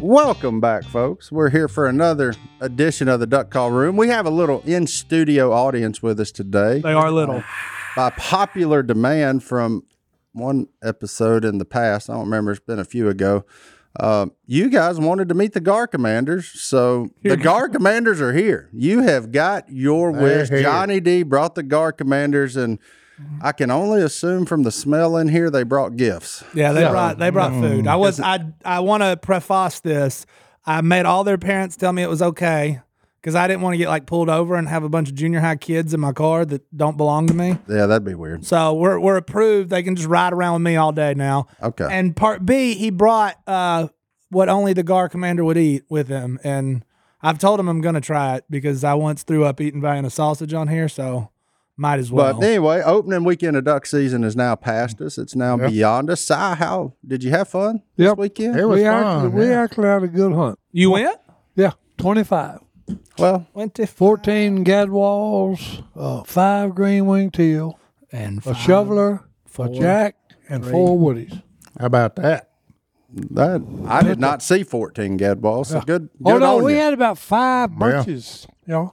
Welcome back, folks. We're here for another edition of the Duck Call Room. We have a little in studio audience with us today. They are little. By popular demand from one episode in the past, I don't remember, it's been a few ago. Uh, you guys wanted to meet the GAR commanders, so the GAR commanders are here. You have got your wish. here. Johnny D brought the GAR commanders, and Mm-hmm. I can only assume from the smell in here they brought gifts. Yeah, they brought they Mm. brought food. I was I I want to preface this. I made all their parents tell me it was okay because I didn't want to get like pulled over and have a bunch of junior high kids in my car that don't belong to me. Yeah, that'd be weird. So we're we're approved. They can just ride around with me all day now. Okay. And part B, he brought uh what only the GAR commander would eat with him, and I've told him I'm gonna try it because I once threw up eating Vienna sausage on here, so might as well. But anyway, opening weekend of duck season is now past us. It's now beyond us. Si, how did you have fun this Yep. weekend? It was we fun. Actually, We yeah. actually had a good hunt. you went. Yeah, 25. Well, Went to 14 gadwalls, uh, five green winged teal, and a shoveler, a jack, and four woodies. How about that? that I did not see 14 gadballs. So good. good oh, no, on we you. had about five bunches. You know,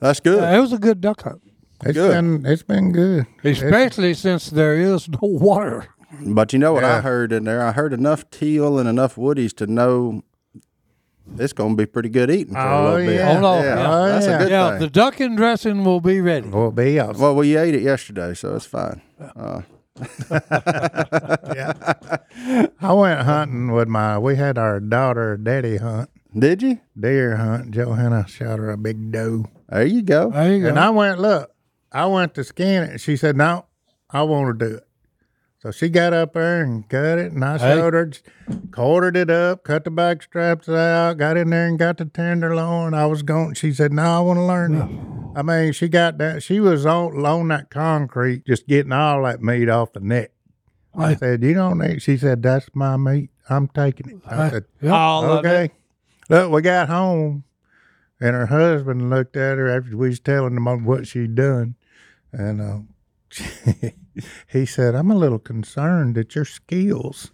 That's good. Uh, it was a good duck hunt, It's Good. been it's been good. especially since there is no water. But you know what I Yeah. heard in there? I heard enough teal and enough woodies to know it's going to be pretty good eating for a Oh, little bit. yeah. Oh, no. Oh, that's a yeah. good Yeah, thing. the ducking dressing will be ready. We'll be off. well, we ate it yesterday, so it's fine. I went hunting with my. We had our daughter daddy hunt, Did you? deer hunt. Johanna shot her a big doe, There you go. There you go. and I went look. I went to scan it, and she said, "No, I want to do it." So she got up there and cut it, and I showed her, quartered it up, cut the back straps out, got in there and got the tenderloin. I was going. She said, "No, I want to learn it." I mean, she got that. She was on, on that concrete, just getting all that meat off the neck. I said, "You don't need." She said, "That's my meat. I'm taking it." I said, Oh, all of it. "Okay." Look, we got home, and her husband looked at her after we was telling him what she'd done, and uh, he said, "I'm a little concerned at your skills."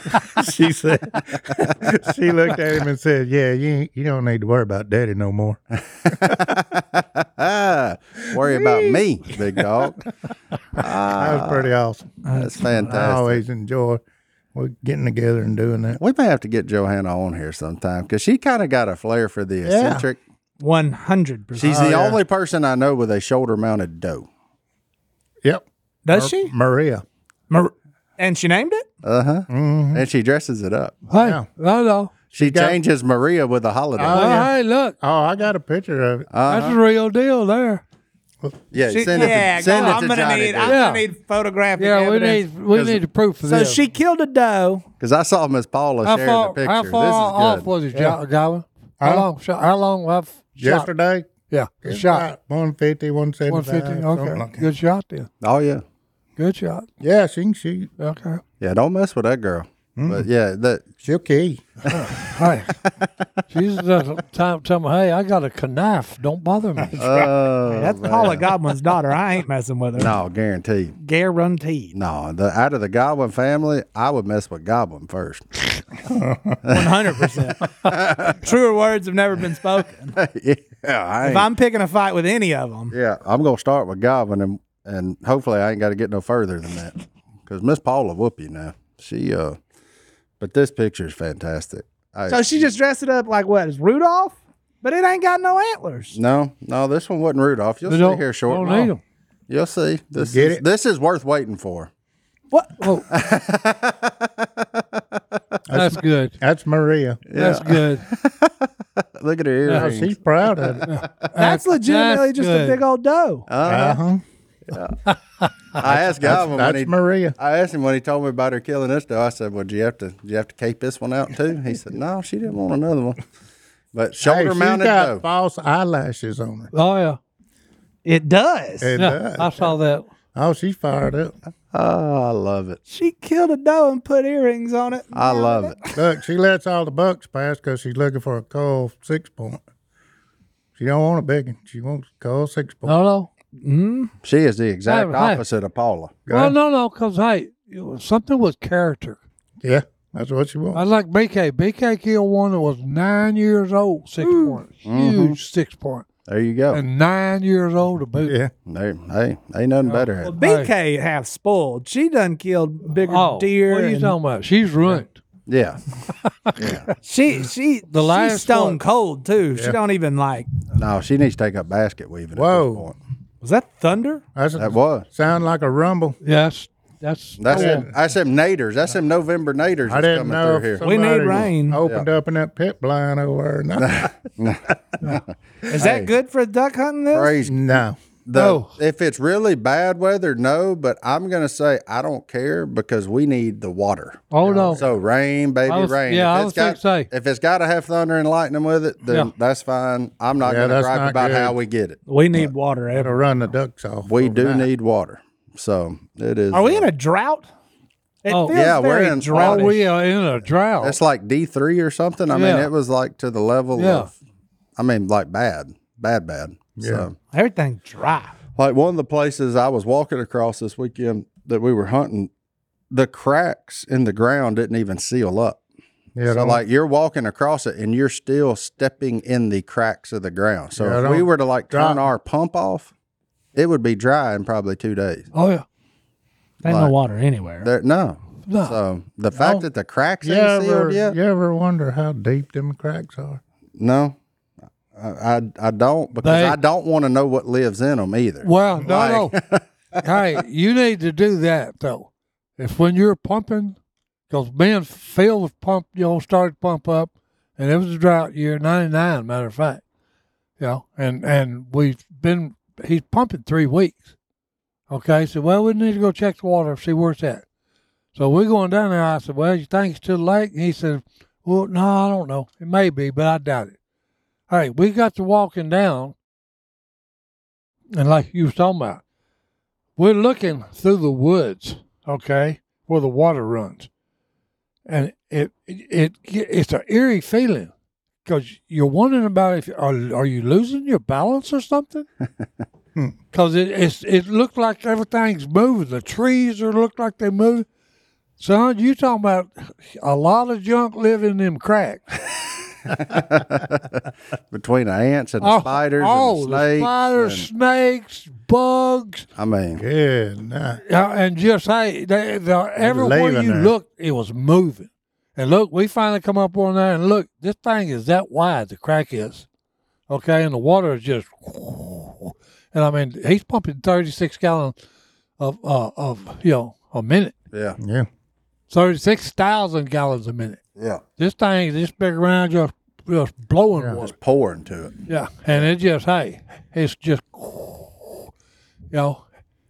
she said. she looked at him and said, "Yeah, you ain't- you don't need to worry about daddy no more." Ah, Worry about me, big dog. That Ah, was pretty awesome. That's I fantastic. always enjoy we getting together and doing that. We may have to get Johanna on here sometime because she kind of got a flair for the eccentric. One hundred percent. She's the only person I know with a shoulder mounted doe. Yep. Does she? Maria. Mar- and she named it. Uh huh. Mm-hmm. And she dresses it up. Hey, I know. She, changes Maria with a holiday. Oh, Hey, look, Oh, I got a picture of it. that's the real deal there. yeah, She- send it yeah, to, send go- it I'm to gonna Johnny. need. I'm Yeah. gonna need photographic. Yeah, we evidence. need we need the proof of So this. she killed a doe. Because I saw Miss Paula how share far, the picture. How far this off is good. was it, yeah. Godwin? How Huh? long? Shot, how long? I've shot? Yesterday. Yeah, It's shot. about 150, 175. One fifty. something Okay, like that. good shot then. Oh yeah, Good shot. Yeah, she can shoot. Okay. yeah. Don't mess with that girl. Mm-hmm. But yeah, that She'll key. Hey, she's the time tell me, hey, I got a knife. Don't bother me. uh, That's Paula Godwin's daughter. I ain't messing with her. no guarantee. Guaranteed. No, the out of the Godwin family, I would mess with Godwin first. One hundred percent. Truer words have never been spoken. yeah, I If ain't- I'm picking a fight with any of them, yeah, I'm gonna start with Godwin and and hopefully I ain't got to get no further than that because Miss Paula whoop you now. She uh, but this picture is fantastic. I, So she just dressed it up like what is Rudolph, but it ain't got no antlers. no, no, this one wasn't Rudolph. You'll They see don't, here short. don't and all. need 'em. You'll see. This Get is, it? this is worth waiting for. What? That's good. That's Maria. That's good. Look at her Oh, earrings. she's proud of it. Uh-huh. That's legitimately just good. a big old doe. Uh huh. I asked Galvin when That's he Maria. I asked him when he told me about her killing this doe. I said, "Well, do you have to do you have to cape this one out too?" He said, "No, she didn't want another one." But Hey, shoulder she's mounted got doe. false eyelashes on her. Oh yeah. It does. It Yeah, I does. saw that. Oh, she's fired up. Oh, I love it. She killed a doe and put earrings on it. I love it. Look, she lets all the bucks pass because she's looking for a cold six point. She don't want a big one. She wants a cold six point. No, no. She is the exact Hey, hey. opposite of Paula. Well, no, no, because hey, it was something with character. Yeah, that's what she wants. I like BK. BK killed one that was nine years old, six point, huge six point, There you go. and nine years old to boot. Yeah. There, hey, ain't nothing better. at Well, it. BK half spoiled. She done killed bigger Oh, deer. what are you and talking about? She's ruined. Yeah, She she the she's last stone one. cold too. She don't even like. no, she needs to take up basket weaving. Whoa. at this point. Was that thunder? That's that was sound like a rumble. Yeah, that's that's. that's I them- want- that's them naders. That's them November naders. I that's didn't coming know through if here. We need somebody rain. Opened up in that pit blind over there. or not. Is that good for duck hunting? This Praise no. The, Oh. If it's really bad weather, no, but I'm going to say I don't care because we need the water. Oh no, So rain, baby, I was- rain. yeah, I if was it's gonna got say. if it's got to have thunder and lightning with it, then Yeah. that's fine. I'm not Yeah, going to that's gripe not about good. how we get it. we need water. To Ever. run the ducks off. We do overnight. need water, so it is. Are we in uh, a drought? It Oh, feels yeah, we're very in- Are droughty. we are in a drought. It's like D three or something. I mean, Yeah. it was like to the level Yeah. of, I mean, like bad, bad, bad. So, Everything's dry. like one of the places I was walking across this weekend that we were hunting, the cracks in the ground didn't even seal up. Yeah, So don't- like you're walking across it and you're still stepping in the cracks of the ground. So Yeah, if don't we were to like turn drop. our pump off, it would be dry in probably two days. oh yeah, There ain't no water anywhere. There, no. No. So the fact that the cracks you ain't ever, sealed yet, you ever wonder how deep them cracks are? no, I I, I don't because They- I don't want to know what lives in them either. well, no, no. hey, you need to do that though. If when you're pumping, because man, Phil was pump, you know, started to pump up, and it was a drought year, '99, matter of fact. You know, and and we've been he's pumping three weeks. Okay, so well, we need to go check the water see where it's at. So we're going down there. I said, well, you think it's to the lake? And he said, well, no, I don't know. It may be, but I doubt it. All right, we got to walking down, and like you was talking about, we're looking through the woods, okay, where the water runs, and it it, it it's an eerie feeling because you're wondering about if are are you losing your balance or something? Because it it's, it looked like everything's moving. The trees are look like they move. Son, you talking about a lot of junk living in them cracks. Between the ants and the spiders oh, and the snakes, spiders, and- snakes, bugs. I mean, Good night. Yeah, and just hey, they, the, everywhere leaving you there. looked, it was moving. And look, we finally come up on there, and look, this thing is that wide. The crack is, okay, and the water is just, and I mean, he's pumping thirty six gallon of uh, of you know a minute, yeah, Yeah. thirty six thousand gallons a minute. yeah, This thing is this big around, just just blowing water. just pouring to it. Yeah, and it just hey, it's just you know,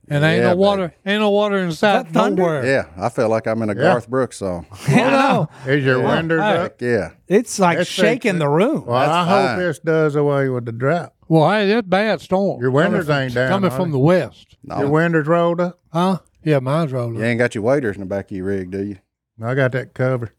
and ain't Yeah, no baby. water, ain't no water inside that thunder? nowhere. Yeah, I feel like I'm in a Garth Brooks song. I know. Is your windows Hey. up? Yeah, It's like That's shaking it. the room. Well, I fine. hope this does away with the drought. Well, hey, that's bad storm. Your windows Coming from- ain't down, Coming are from the they? west, Your windows rolled up. huh? Yeah, mine's rolling. you ain't got your waders in the back of your rig, do you? I got that covered.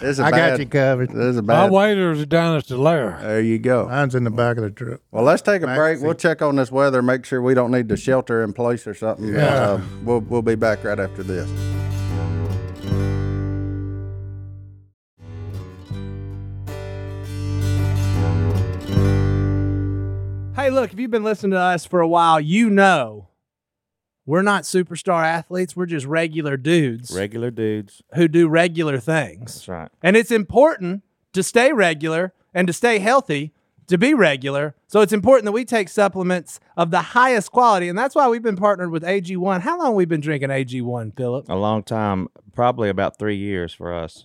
It's a I bad, got you covered. This is a My bad. waders are down at the lair. there you go. Mine's in the back of the truck. Well, let's take a break. We'll check on this weather, make sure we don't need to shelter in place or something. Yeah. we'll we'll be back right after this. Hey, Hey, look, if you've been listening to us for a while, you know we're not superstar athletes. We're just regular dudes Regular dudes. who do regular things. That's right. And it's important to stay regular and to stay healthy to be regular. So it's important that we take supplements of the highest quality. And that's why we've been partnered with AG1. How long have we been drinking AG1, Philip? A long time, probably about three years for us.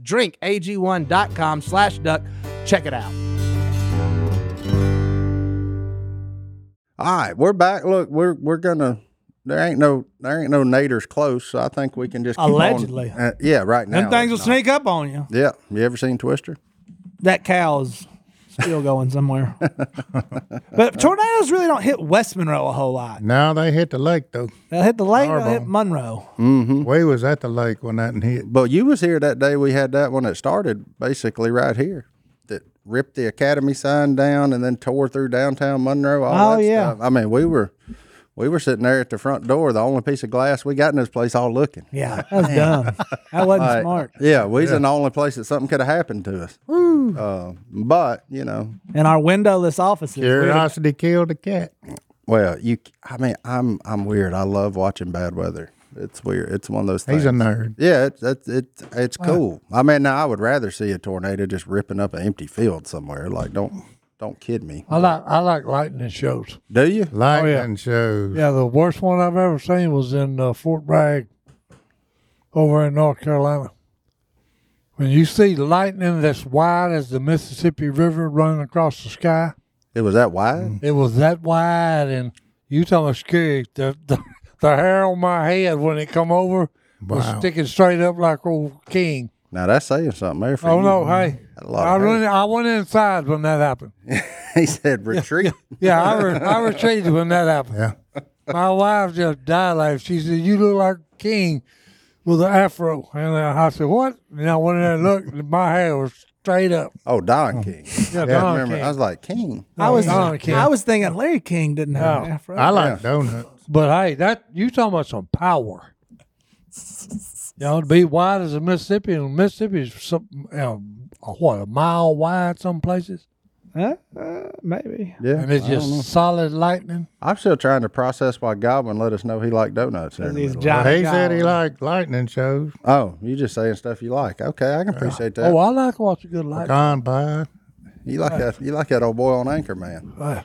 drinkag1.com slash duck. Check it out. All right, we're back. Look, we're we're gonna. There ain't no there ain't no naders close, so I think we can just keep on- Allegedly. Uh, yeah, right now. Them things will it's sneak up on you. not. Yeah, you ever seen Twister? That cow's still going somewhere. but tornadoes really don't hit West Monroe a whole lot. Now they hit the lake though. They'll hit the lake, they'll hit Horrible. Monroe. Hmm? We was at the lake when that hit. But you was here that day we had that one that started basically right here that ripped the academy sign down and then tore through downtown Monroe. All Oh, that yeah. stuff. I mean, we were we were sitting there at the front door, the only piece of glass we got in this place, all looking. Yeah, that was dumb. That wasn't Like, smart. Yeah, we's in the only place that something could have happened to us. Uh, but you know, In our windowless offices. we had a Curiosity killed the cat. well, you. I mean, I'm I'm weird. I love watching bad weather. It's weird. It's one of those things. He's a nerd. Yeah, it's it's it's, it's cool. I mean, now I would rather see a tornado just ripping up an empty field somewhere. Like, don't don't kid me. I like I like lightning shows. Do you? Lightning shows. Oh, Yeah, the worst one I've ever seen was in uh, Fort Bragg, over in North Carolina. When you see lightning that's wide as the Mississippi River running across the sky, It was that wide. it was that wide, and you talking about scary. The, the the hair on my head when it come over was Wow. sticking straight up like old king. Now that's saying something there for Oh you. no, hey, Had a lot I of hair. run, I went inside when that happened. he said retreat. Yeah, I, re- I retreated when that happened. Yeah. My wife just died laughing. She said, "You look like King with an afro." And I said, "What?" And I went in there and looked. And my hair was straight up. Oh, Don King. Yeah, I Don remember. King. I was like King. I was Don King. I was thinking Larry King didn't have No. an afro. I like donuts. But hey, that you talking about some power? You know, to be wide as a Mississippi, and Mississippi's some you know, what a mile wide some places, Huh? Uh, maybe. Yeah, and it's I don't know. just solid lightning. I'm still trying to process why Godwin let us know he liked donuts. there in the He's middle. Johnny He said he Goblin. liked lightning shows. Oh, you just saying stuff you like. Okay, I can appreciate that. Oh, I like watching good lightning. Pecan pie. you like that? You like that old boy on Anchorman? Uh,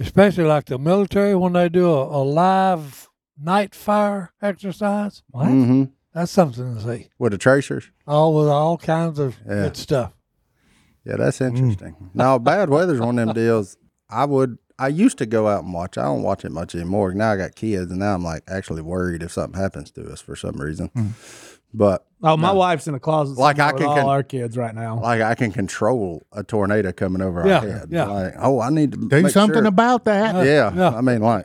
especially like the military when they do a, a live night fire exercise. What? hmm That's something to see. With the tracers. All with all kinds of Yeah. good stuff. Yeah, that's interesting. Now, bad weather's one of them deals. I would. I used to go out and watch. I don't watch it much anymore. Now I got kids, and now I'm like actually worried if something happens to us for some reason. But Oh, my wife's in a closet. Like, I somewhere can with all con- our kids right now. like I can control a tornado coming over Yeah, our head. yeah. Like, oh, I need to Do make something sure. about that. Yeah, Yeah. I mean, like,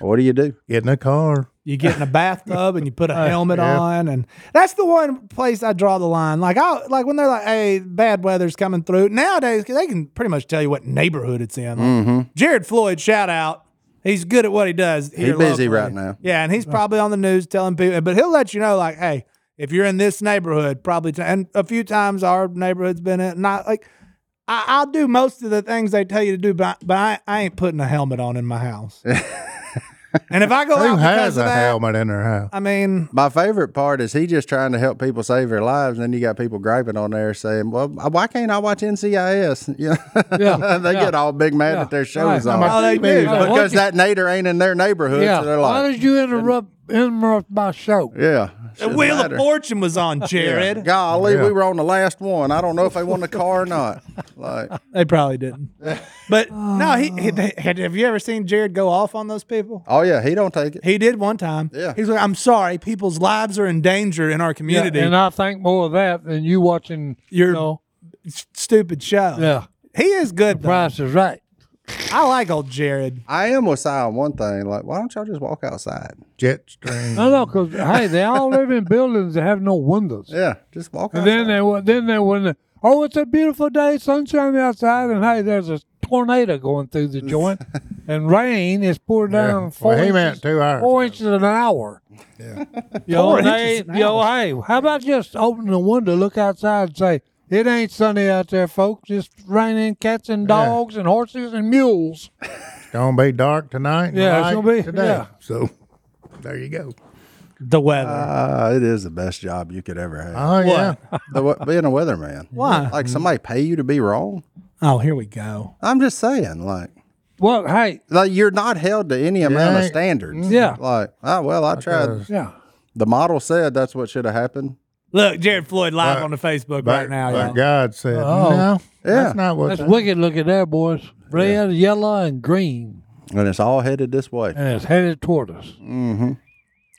what do you do? Get in the car. You get in a bathtub and you put a helmet on, and that's the one place I draw the line. Like I like when they're like, "Hey, bad weather's coming through." Nowadays, 'cause they can pretty much tell you what neighborhood it's in. Like, Mm-hmm. Jared Floyd, shout out. He's good at what he does. here busy locally. right now. Yeah, and he's probably on the news telling people, but he'll let you know, like, "Hey, if you're in this neighborhood, probably." T-. And a few times our neighborhood's been in. Not like I, I'll do most of the things they tell you to do, but I, but I, I ain't putting a helmet on in my house. and if I go Who out because has of a that, helmet in their house? I mean, My favorite part is he just trying to help people save their lives, and then you got people griping on there saying, "Well, why can't I watch NCIS?" Yeah, Yeah, they yeah. get all big mad Yeah, at their shows right. on. oh, they do. Right. because Why that Nader ain't in their neighborhood. Yeah. So they're Why like, did you interrupt interrupt my show? yeah. The shouldn't Wheel matter. of Fortune was on, Jared. Golly, we were on the last one. I don't know if they won the car or not. Like, They probably didn't. But no, he, Ah. he they, had- have you ever seen Jared go off on those people? oh yeah, he don't take it. He did one time. Yeah. He's like, I'm sorry, people's lives are in danger in our Yeah, community. and I think more of that than you watching. Your- you know, S- Stupid show. yeah, He is good. though. Price is right. I like old Jared. I am with Si on one thing. Like, why don't y'all just walk outside? Jet stream. No, no, because hey, they all live in buildings that have no windows. Yeah, just walk And outside. then they wa- then they went. Oh, it's a beautiful day, sunshine outside, and hey, there's a tornado going through the joint, and rain is pouring Yeah. down. Well, Four he inches, meant two hours Four ago. inches an hour. Yeah. Yo, Four and inches they, yo, hey, how about just open the window, look outside, and say it ain't sunny out there, folks. It's raining cats and dogs and horses and mules. Gonna be dark tonight. and Yeah, it's light gonna be- today. yeah. So there you go. The weather. Ah, it is the best job you could ever have. Oh yeah. The wa- being a weatherman. Why? Like somebody pay you to be wrong? oh, here we go. I'm just saying, like, Well, hey, like you're not held to any amount of Yeah. standards. Yeah. Like, oh well, I tried. yeah. The model said that's what should have happened. Look, Jared Floyd live But- on the Facebook But, right now. but y'all. God said, Oh. no, Yeah. that's not what. That's wicked looking there, boys. Red, yellow, and green, And it's all headed this way. and it's headed toward us.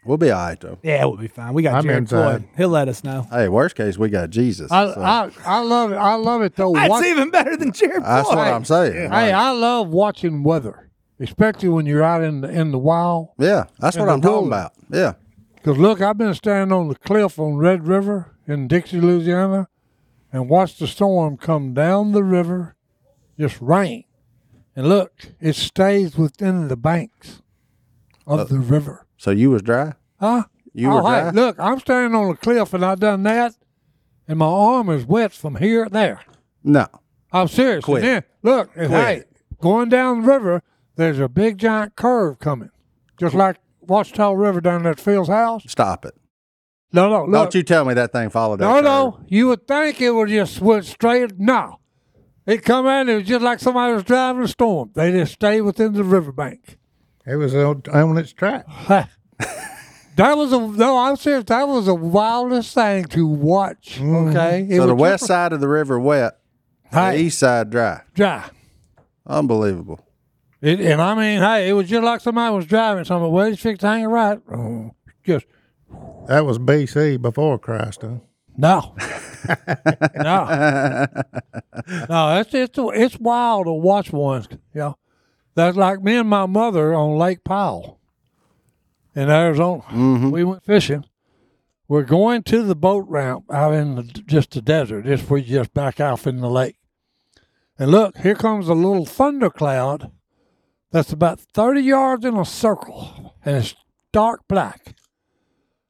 We'll be all right though. Yeah, we'll be fine. We got I'm Jared uh, inside. Floyd. He'll let us know. Hey, worst case, we got Jesus. I, so I, I love it. I love it though. That's Watch- even better than Jared Floyd. that's what I'm saying. Hey, Like, I love watching weather, especially when you're out in the, in the wild. yeah, that's what the I'm talking ruler. about. Yeah. Because look, I've been standing on the cliff on Red River in Dixie, Louisiana, and watched the storm come down the river, just rain. And look, it stays within the banks of the river. So you was dry? Huh? Uh, You oh, were hey, dry? look, I'm standing on a cliff and I done that, and my arm is wet from here to there. No. I'm serious. Quit. And then, look, and hey, Quit. going down the river, there's a big giant curve coming, just like Wachita River down at Phil's house. Stop it. No, no, look, Don't you tell me that thing followed that no, curve. no. You would think it would just went straight. No, it come out. and It was just like somebody was driving a storm. They just stayed within the riverbank. It was on, on its track. that was a no. I'm serious. That was the wildest thing to watch. Okay, it Mm. So the was west just side of the river wet, Hey. the east side dry. dry. Unbelievable. It, and I mean, hey, it was just like somebody was driving something. Well, it's fixed to hang a right. Oh, Just That was B.C. before Christ. Huh? no, no, no. It's it's it's wild to watch ones. You know, that's like me and my mother on Lake Powell in Arizona. We went fishing. We're going to the boat ramp out in the, just the desert. Just we just back off in the lake. And look, here comes a little thundercloud that's about 30 yards in a circle and it's dark black.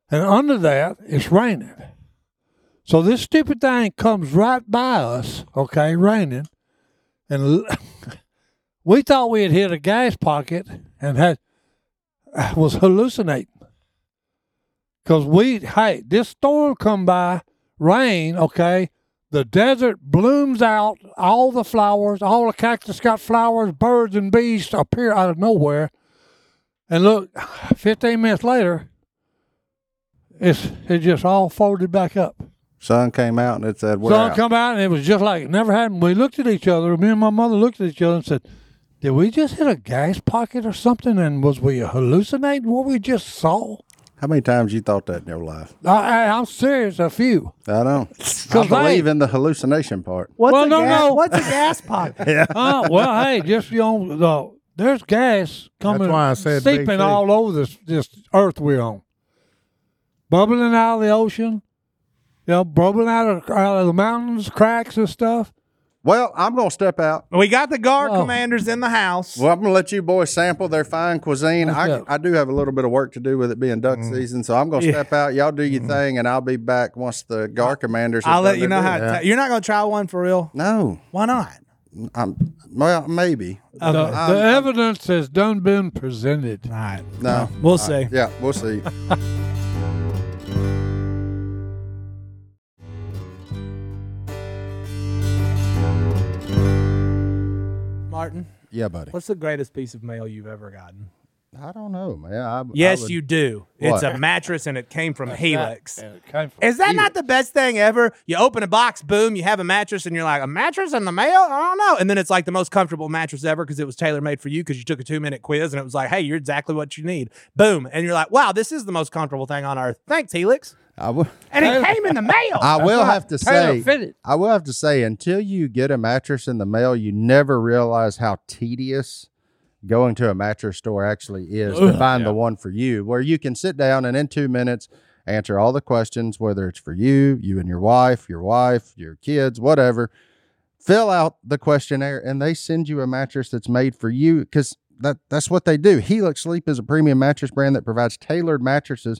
And under that, it's raining. So this stupid thing comes right by us, okay, raining. And l- we thought we had hit a gas pocket and had was hallucinating. Because we, hey, this storm come by, rain, okay, The desert blooms out, all the flowers, all the cactus got flowers, birds and bees appear out of nowhere. And look, 15 minutes later, it's it just all folded back up. Sun came out and it said, "We're Sun out." come out and it was just like it never happened. We looked at each other. Me and my mother looked at each other and said, "Did we just hit a gas pocket or something? And was we hallucinating what we just saw?" How many times you thought that in your life? I, I, I'm serious. A few. I don't. I Cause they- believe in the hallucination part. What's Well, a no, gas, no. What's a gas pocket? Oh well, hey, just you know, the, there's gas coming, why I said seeping BC. all over this this earth we're on, bubbling out of the ocean, you know, bubbling out of, out of the mountains, cracks and stuff. Well, I'm gonna step out. We got the guard Whoa. commanders in the house. Well, I'm gonna let you boys sample their fine cuisine. I, Okay. I do have a little bit of work to do with it being duck season, so I'm gonna step out. Y'all do your thing, and I'll be back once the gar commanders. have I'll let done you their know how. deal. It ta- you're not gonna try one for real. No, Why not? I'm well, maybe. The, I'm- the I'm- evidence has done been presented. All right, no, we'll see. yeah, we'll see. Martin, Yeah, buddy. what's the greatest piece of mail you've ever gotten? I don't know, man. I, I Yes, would- you do. It's What? a mattress and it came from Helix. And it came from Is that not the best thing ever? You open a box, boom, you have a mattress, and you're like, a mattress in the mail? I don't know. And then it's like the most comfortable mattress ever because it was tailor made for you because you took a two minute quiz and it was like, hey, you're exactly what you need. Boom. And you're like, wow, this is the most comfortable thing on earth. Thanks, Helix. I would. And it came in the mail. I will have to say, tailor-fitted. I will have to say, until you get a mattress in the mail, you never realize how tedious going to a mattress store actually is to find the one for you, where you can sit down and in two minutes answer all the questions, whether it's for you, you and your wife, your wife, your kids, whatever. Fill out the questionnaire, and they send you a mattress that's made for you because that that's what they do. Helix Sleep is a premium mattress brand that provides tailored mattresses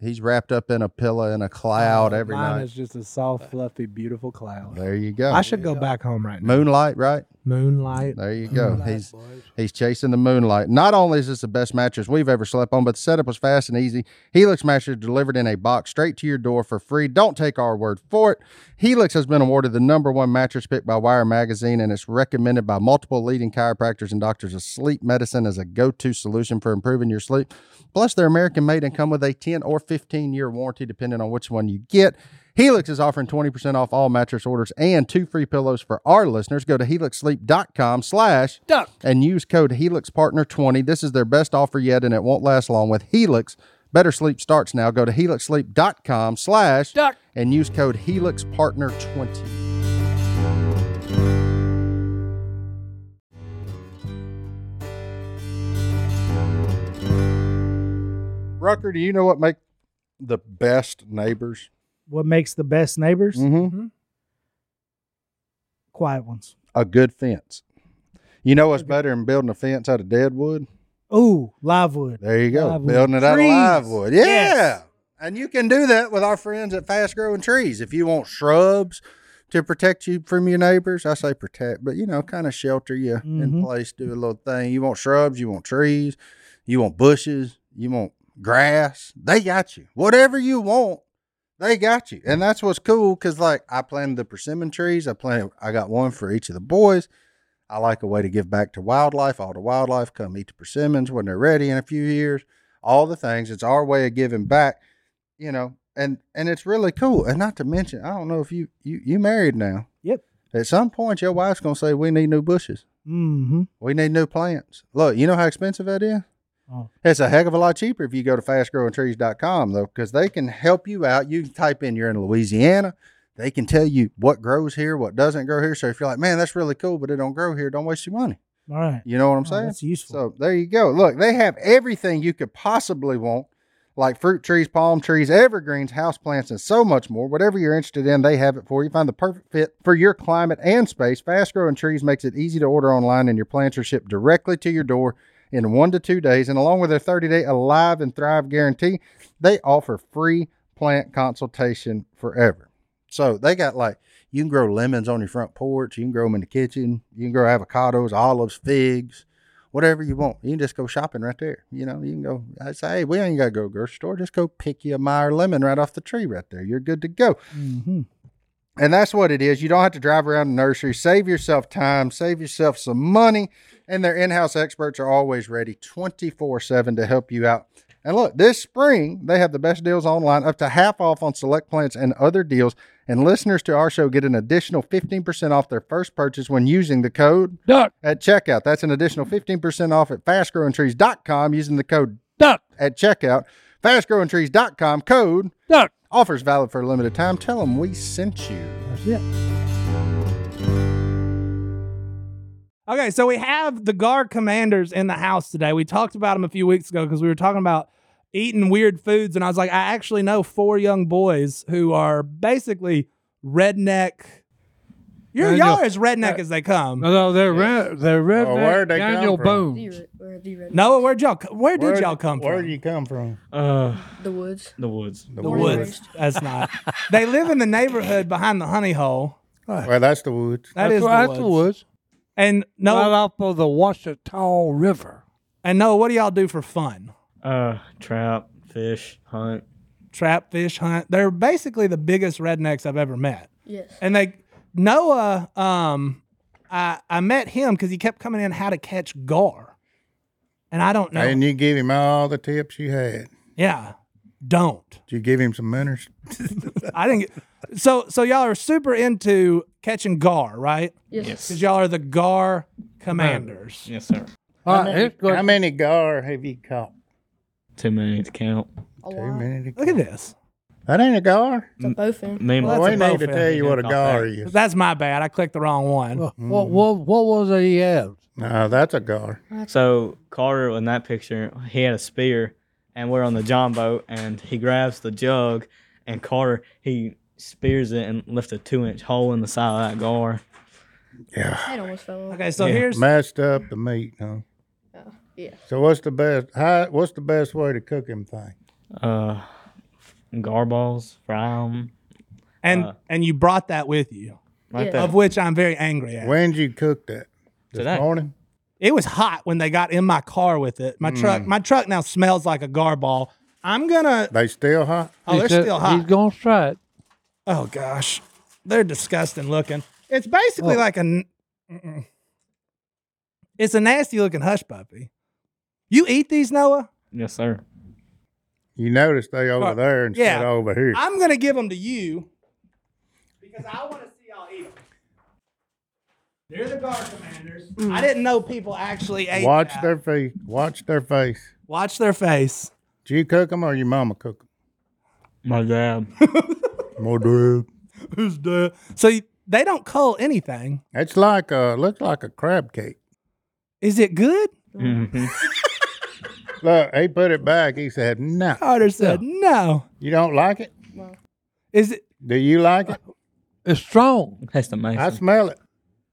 he's wrapped up in a pillow in a cloud every Oh, Mine night. is just a soft, fluffy, beautiful cloud. there you go. I should go back home right now. Moonlight, right? Moonlight. There you go. He's he's chasing the moonlight. Not only is this the best mattress we've ever slept on, but the setup was fast and easy. Helix mattress delivered in a box straight to your door for free. Don't take our word for it. Helix has been awarded the number one mattress pick by Wire Magazine, and it's recommended by multiple leading chiropractors and doctors of sleep medicine as a go-to solution for improving your sleep. Plus, they're American made and come with a 10 or 15 year warranty, depending on which one you get. Helix is offering 20% off all mattress orders and two free pillows for our listeners. Go to helixsleep.com slash Duck. and use code HelixPartner20. This is their best offer yet, and it won't last long with Helix. Better sleep starts now. Go to helixsleep.com slash Duck. and use code HelixPartner20. Rucker, do you know what make the best neighbors? What makes the best neighbors? Mm-hmm. Quiet ones. A good fence. You know what's better than building a fence out of dead wood? Ooh, live wood. There you go. Live wood. Building it out Trees. of live wood. Yeah. Yes. And you can do that with our friends at Fast Growing Trees. If you want shrubs to protect you from your neighbors, I say protect, but you know, kind of shelter you in Mhm. place, do a little thing. You want shrubs, you want trees, you want bushes, you want grass. They got you. Whatever you want, they got you. And that's what's cool because, like, I planted the persimmon trees. I planted, I got one for each of the boys. I like a way to give back to wildlife. All the wildlife come eat the persimmons when they're ready in a few years. All the things. It's our way of giving back, you know. And and it's really cool. And not to mention, I don't know if you you you married now. Yep. At some point, your wife's gonna say, "We need new bushes. Mm-hmm. We need new plants." Look, you know how expensive that is. Oh. It's a heck of a lot cheaper if you go to fastgrowingtrees.com though, because they can help you out. You can type in you're in Louisiana. They can tell you what grows here, what doesn't grow here. So if you're like, man, that's really cool, but it don't grow here, don't waste your money. All right. You know what I'm Oh, saying? that's useful. So there you go. Look, they have everything you could possibly want, like fruit trees, palm trees, evergreens, houseplants, and so much more. Whatever you're interested in, they have it for you. Find the perfect fit for your climate and space. Fast growing trees makes it easy to order online, and your plants are shipped directly to your door in one to two days. And along with their 30 day Alive and Thrive guarantee, they offer free plant consultation forever. So they got like you can grow lemons on your front porch, you can grow them in the kitchen, you can grow avocados, olives, figs, whatever you want. You can just go shopping right there. You know, you can go. I say, hey, we ain't got to go to the grocery store. Just go pick you a Meyer lemon right off the tree right there. You're good to go. Mm-hmm. And that's what it is. You don't have to drive around the nursery. Save yourself time, save yourself some money. And their in house experts are always ready 24 7 to help you out. And look, this spring, they have the best deals online, up to half off on select plants and other deals. And listeners to our show get an additional 15% off their first purchase when using the code Duck, at checkout. That's an additional 15% off at fastgrowingtrees.com using the code duck, at checkout. Fastgrowingtrees.com code duck. offers valid for a limited time. Tell them we sent you. That's it. Okay, so we have the guard commanders in the house today. We talked about them a few weeks ago because we were talking about eating weird foods, and I was like, I actually know four young boys who are basically redneck. You're, Daniel, y'all are as redneck uh, as they come. No, no, they're red. They're red. where'd they come Daniel from? Boone. Noah, where'd y'all co- where did Where'd- y'all come from? Where'd you come from? Uh, The woods. the woods. the woods. That's not. they live in the neighborhood behind the honey hole. Well, that's the woods. That is that's, that's the woods. And No. Right Noah, off of the Washita River. and Noah, what do y'all do for fun? Uh, trap, fish, hunt. Trap, fish, hunt. They're basically the biggest rednecks I've ever met. Yes. And they Noah, um, I I met him because he kept coming in how to catch gar, and I don't know. And you give him all the tips you had. yeah, don't. Did you give him some manners? I didn't. Get, so so y'all are super into catching gar, right? Yes. Because y'all are the gar commanders. Yes, sir. Uh, All right, it's good. How many gar have you caught? Too many to count. A Too lot. many to Look at this. That ain't a gar. It's a bowfin. Me and Well, my- we that's a need to bowfin. tell you what a Off gar there. is. That's my bad. I clicked the wrong one. What, what, what, what was it he had? No, that's a gar. So Carter in that picture, he had a spear, and we're on the John boat, and he grabs the jug, and Carter he spears it and left a two-inch hole in the side of that gar. Head almost fell off. Okay, so Yeah. here's Mashed up the meat, huh? Oh, yeah. So what's the best? How, what's the best way to cook him thing? Uh, gar balls, fry 'em, and uh, and you brought that with you, right Yeah. there. of which I'm very angry at. When'd you cook that? This Today. morning. It was hot when they got in my car with it. My Mm. truck, my truck now smells like a gar ball. I'm gonna. They still hot? Oh, they're He said still He's hot. going to try it. oh gosh, they're disgusting looking. It's basically Oh. like a. n- mm-mm. It's a nasty looking hush puppy. You eat these, Noah? yes, sir. You notice they over Gar- there instead yeah. of over here. I'm gonna give them to you because I want to see y'all eat them. They're the guard commanders. I didn't know people actually ate. Watch that. their face. Watch their face. watch their face. Did you cook them or your mama cook them? My dad. More dude. Who's dead? So you- they don't cull anything. It's like a looks like a crab cake. Is it good? Mhm. Look, he put it back. He said, "No, Carter said no. you don't like it. Is it? Do you like it? It's strong. That's the main. I smell it.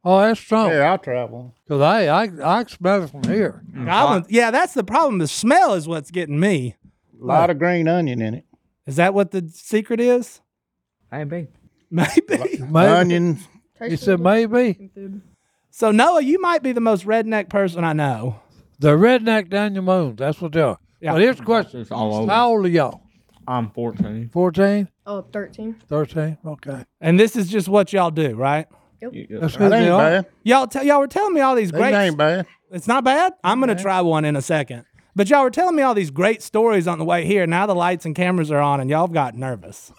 Oh, that's strong. Here, I'll travel. Because I, I, I can smell it from here. Goblin, yeah, that's the problem. The smell is what's getting me. A lot of green onion in it. Is that what the secret is? I ain't big. Maybe. Maybe. Onions. He said maybe. Food. So Noah, you might be the most redneck person I know. The redneck Daniel Moon. That's what they are. But here's the question: It's all over. How old are y'all? I'm 14. 14, Oh, 13. 13? Okay. And this is just what y'all do, right? That's who That they ain't are. bad. Y'all, tell y'all were telling me all these That great. ain't bad. It's not bad. I'm gonna try one in a second. But y'all were telling me all these great stories on the way here. Now the lights and cameras are on, and y'all got nervous.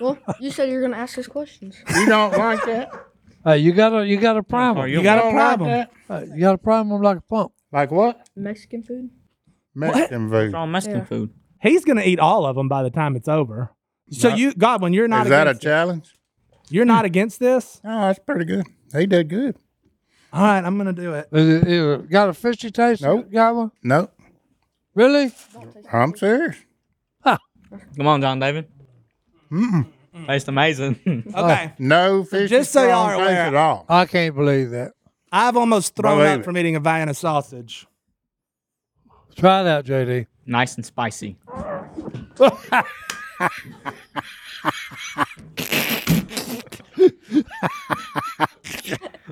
Well, you said you're going to ask us questions. You don't like that? Hey, you got a you got a problem. You got a Oh, Don't like problem. that? Hey, you got a problem like a pump. Like what? Mexican food? Mexican food. It's all Mexican Yeah. food. He's gonna eat all of them by the time it's over. So you, Godwin, you're not Is that a against challenge? it. you're not against this. Oh, that's pretty good. He did good. All right, I'm gonna do it. Is it, is it got a fishy taste? Nope. Got one? Nope. Really? I'm serious. Come on, John David. Mm-mm. Tastes amazing. Okay, No fish. just so y'all are aware- at all. I can't believe that. I've almost thrown Believe up it. from eating a Vienna sausage. Try it out, JD. nice and spicy.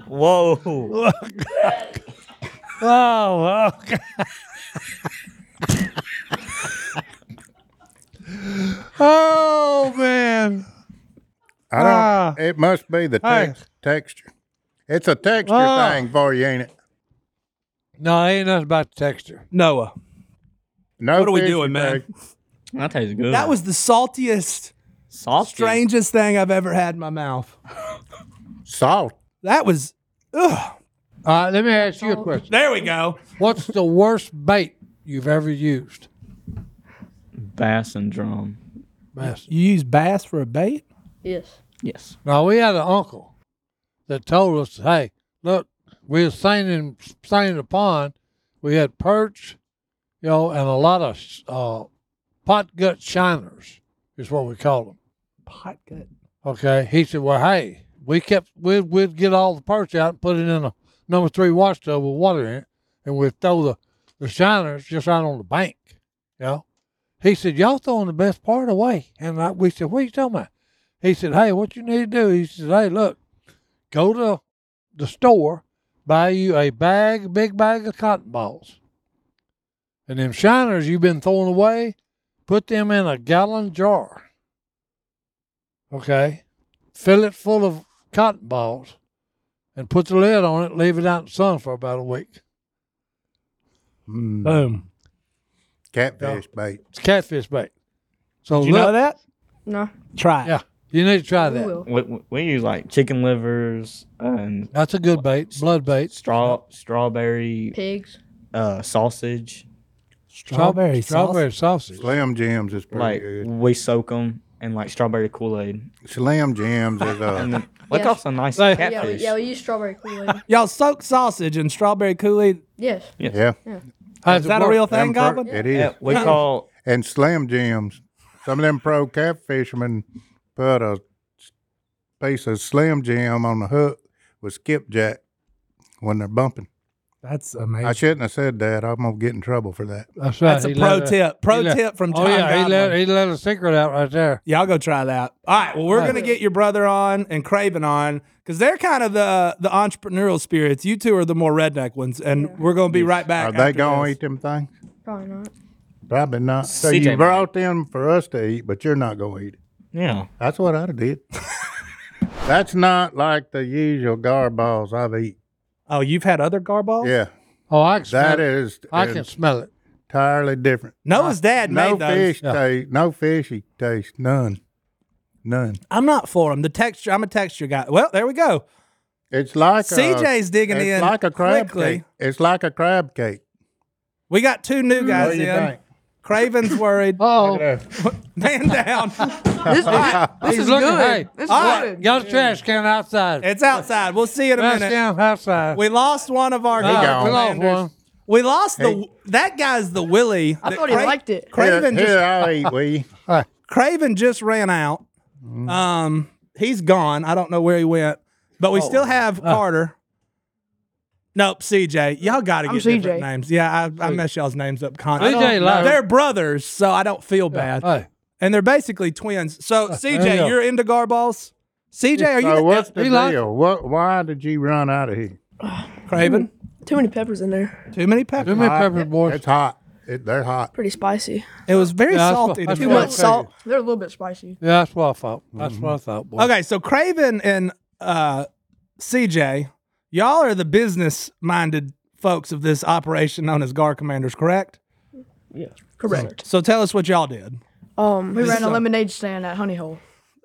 Whoa. Oh, okay. oh man. I don't. Ah. it must be the tex- texture. It's a texture Ah. thing for you, ain't it? No, it ain't nothing about the texture. Noah, No. what are we fish, doing, man? Craig. That tastes good. That was the saltiest, soft. strangest thing I've ever had in my mouth. Salt. That was, ugh. All right, let me ask you a question. There we go. What's the worst bait you've ever used? Bass and drum. Master? You use bass for a bait? Yes. Yes. Now we had an uncle that told us, "Hey, look, we was seining seining the pond. We had perch, you know, and a lot of uh, pot gut shiners is what we called them." Pot gut. Okay, he said, "Well, hey, we kept we'd we'd get all the perch out and put it in a number three wash tub with water in it, and we'd throw the the shiners just out on the bank, you know." He said, "Y'all throwing the best part away," and I, we said, "What you talking about?" He said, "Hey, what you need to do?" He said, "Hey, look, go to the store, buy you a bag, big bag of cotton balls, and them shiners you've been throwing away, put them in a gallon jar." okay, fill it full of cotton balls, and put the lid on it, leave it out in the sun for about a week. Boom. Catfish bait. It's catfish bait. So Did you Oh, look, know that? No. Try it. Yeah, you need to try We that. will. We, we, we use like chicken livers and That's a good bait, blood bait. straw strawberry Pigs. uh, sausage. Strawberry strawberry sausage. Slim Jims is pretty Like good. we soak them in like strawberry Kool Aid. Slim Jims is uh, And a. then we Yes. got some nice Like- Yeah, we, catfish. yeah, we use strawberry Kool-Aid. Y'all soak sausage and strawberry Kool-Aid. yes. yeah. How's Is it that a work? real Them thing, pro- Goblin? It is. Yeah, we call And Slim Jims. Some of them pro catfishermen put a piece of Slim Jim on the hook with skipjack when they're bumping. That's I amazing. shouldn't have said that. I'm gonna get in trouble for that. That's right. That's a he pro let tip. Pro he let- tip from Oh Tom yeah, he let, Godwin. he let a secret out right there. Y'all go try that. All right. Well, we're Right. gonna get your brother on and Craven on because they're kind of the the entrepreneurial spirits. You two are the more redneck ones, and we're gonna be right back. Are they after gonna this. eat them things? Probably not. Probably not. So CJ you brought them for us to eat, but you're not gonna eat it. yeah. That's what I did. That's not like the usual garballs I've eat. Oh, you've had other garballs? Yeah, Oh, I can smell that it. is I can smell it. entirely different. Noah's dad No made those. fish Yeah. taste. No fishy taste. None. None. I'm not for them. The texture. I'm a texture guy. Well, there we go. It's like CJ's a, digging it's in like a crab quickly. cake. It's like a crab cake. We got two new What guys do you in. think? Craven's worried. Oh, Man down. he's looking. Hey, y'all trash can outside. It's outside. We'll see you in a trash minute. can outside. We lost one of our. Ah, gone. we lost commanders. one. We lost the that guy's the Willie. I that thought he Cra- liked it. Here, Craven just here I'll eat with you. Craven just ran out. Mm-hmm. Um, he's gone. I don't know where he went, but Oh, we still have Carter. Nope, CJ. Y'all got to I'm get different CJ. names. Yeah, I, I mess y'all's names up constantly. CJ lied. They're brothers, so I don't feel bad. Hey. And they're basically twins. So there you CJ, go. you're into garballs. CJ, are you So the what's the he likes- deal? What? Why did you run out of here? Craven? Too many peppers in there. Too many Too peppers. many peppers, boys. It's hot. It, they're hot. Pretty spicy. It was very Yeah, that's what- salty. that's to Too me. what I much salt. They're a little bit spicy. Yeah, that's what I thought. That's what I thought. Boy. Okay, so Craven and uh, CJ, y'all are the business-minded folks of this operation known as Gar Commanders, correct? Correct. So tell us what y'all did. Um, we This ran is a a- lemonade stand at Honey Hole. Hmm.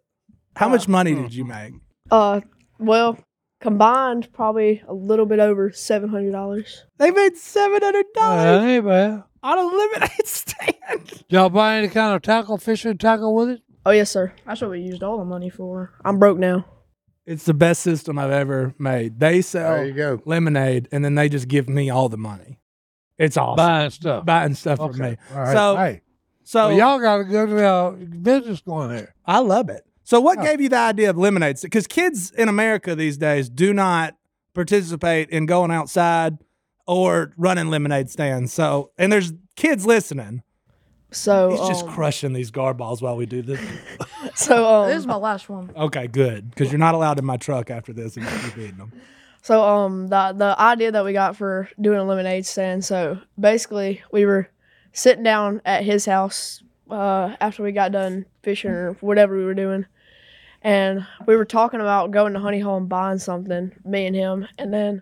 How much money did you make? Uh, well, combined probably a little bit over seven hundred dollars. They made seven hundred Uh, dollars anyway, on a lemonade stand. y'all buy any kind of tackle, fishing tackle with it? Oh yes, sir. That's what we used all the money for. I'm broke now. It's the best system I've ever made. They There you sell go. lemonade, and then they just give me all the money. It's awesome. Buying stuff. Buying stuff Okay. from me. All right. So, hey, so well, y'all got a good uh, business going there. I love it. So, what gave you the idea of lemonade? Because kids in America these days do not participate in going outside or running lemonade stands. So, and there's kids listening. So He's just um, crushing these gar balls while we do this. so um, This is my last one. okay, good. Because you're not allowed in my truck after this and keep eating them. So um the the idea that we got for doing a lemonade stand. So basically, we were sitting down at his house uh, after we got done fishing or whatever we were doing, and we were talking about going to Honey Hole and buying something. Me and him, and then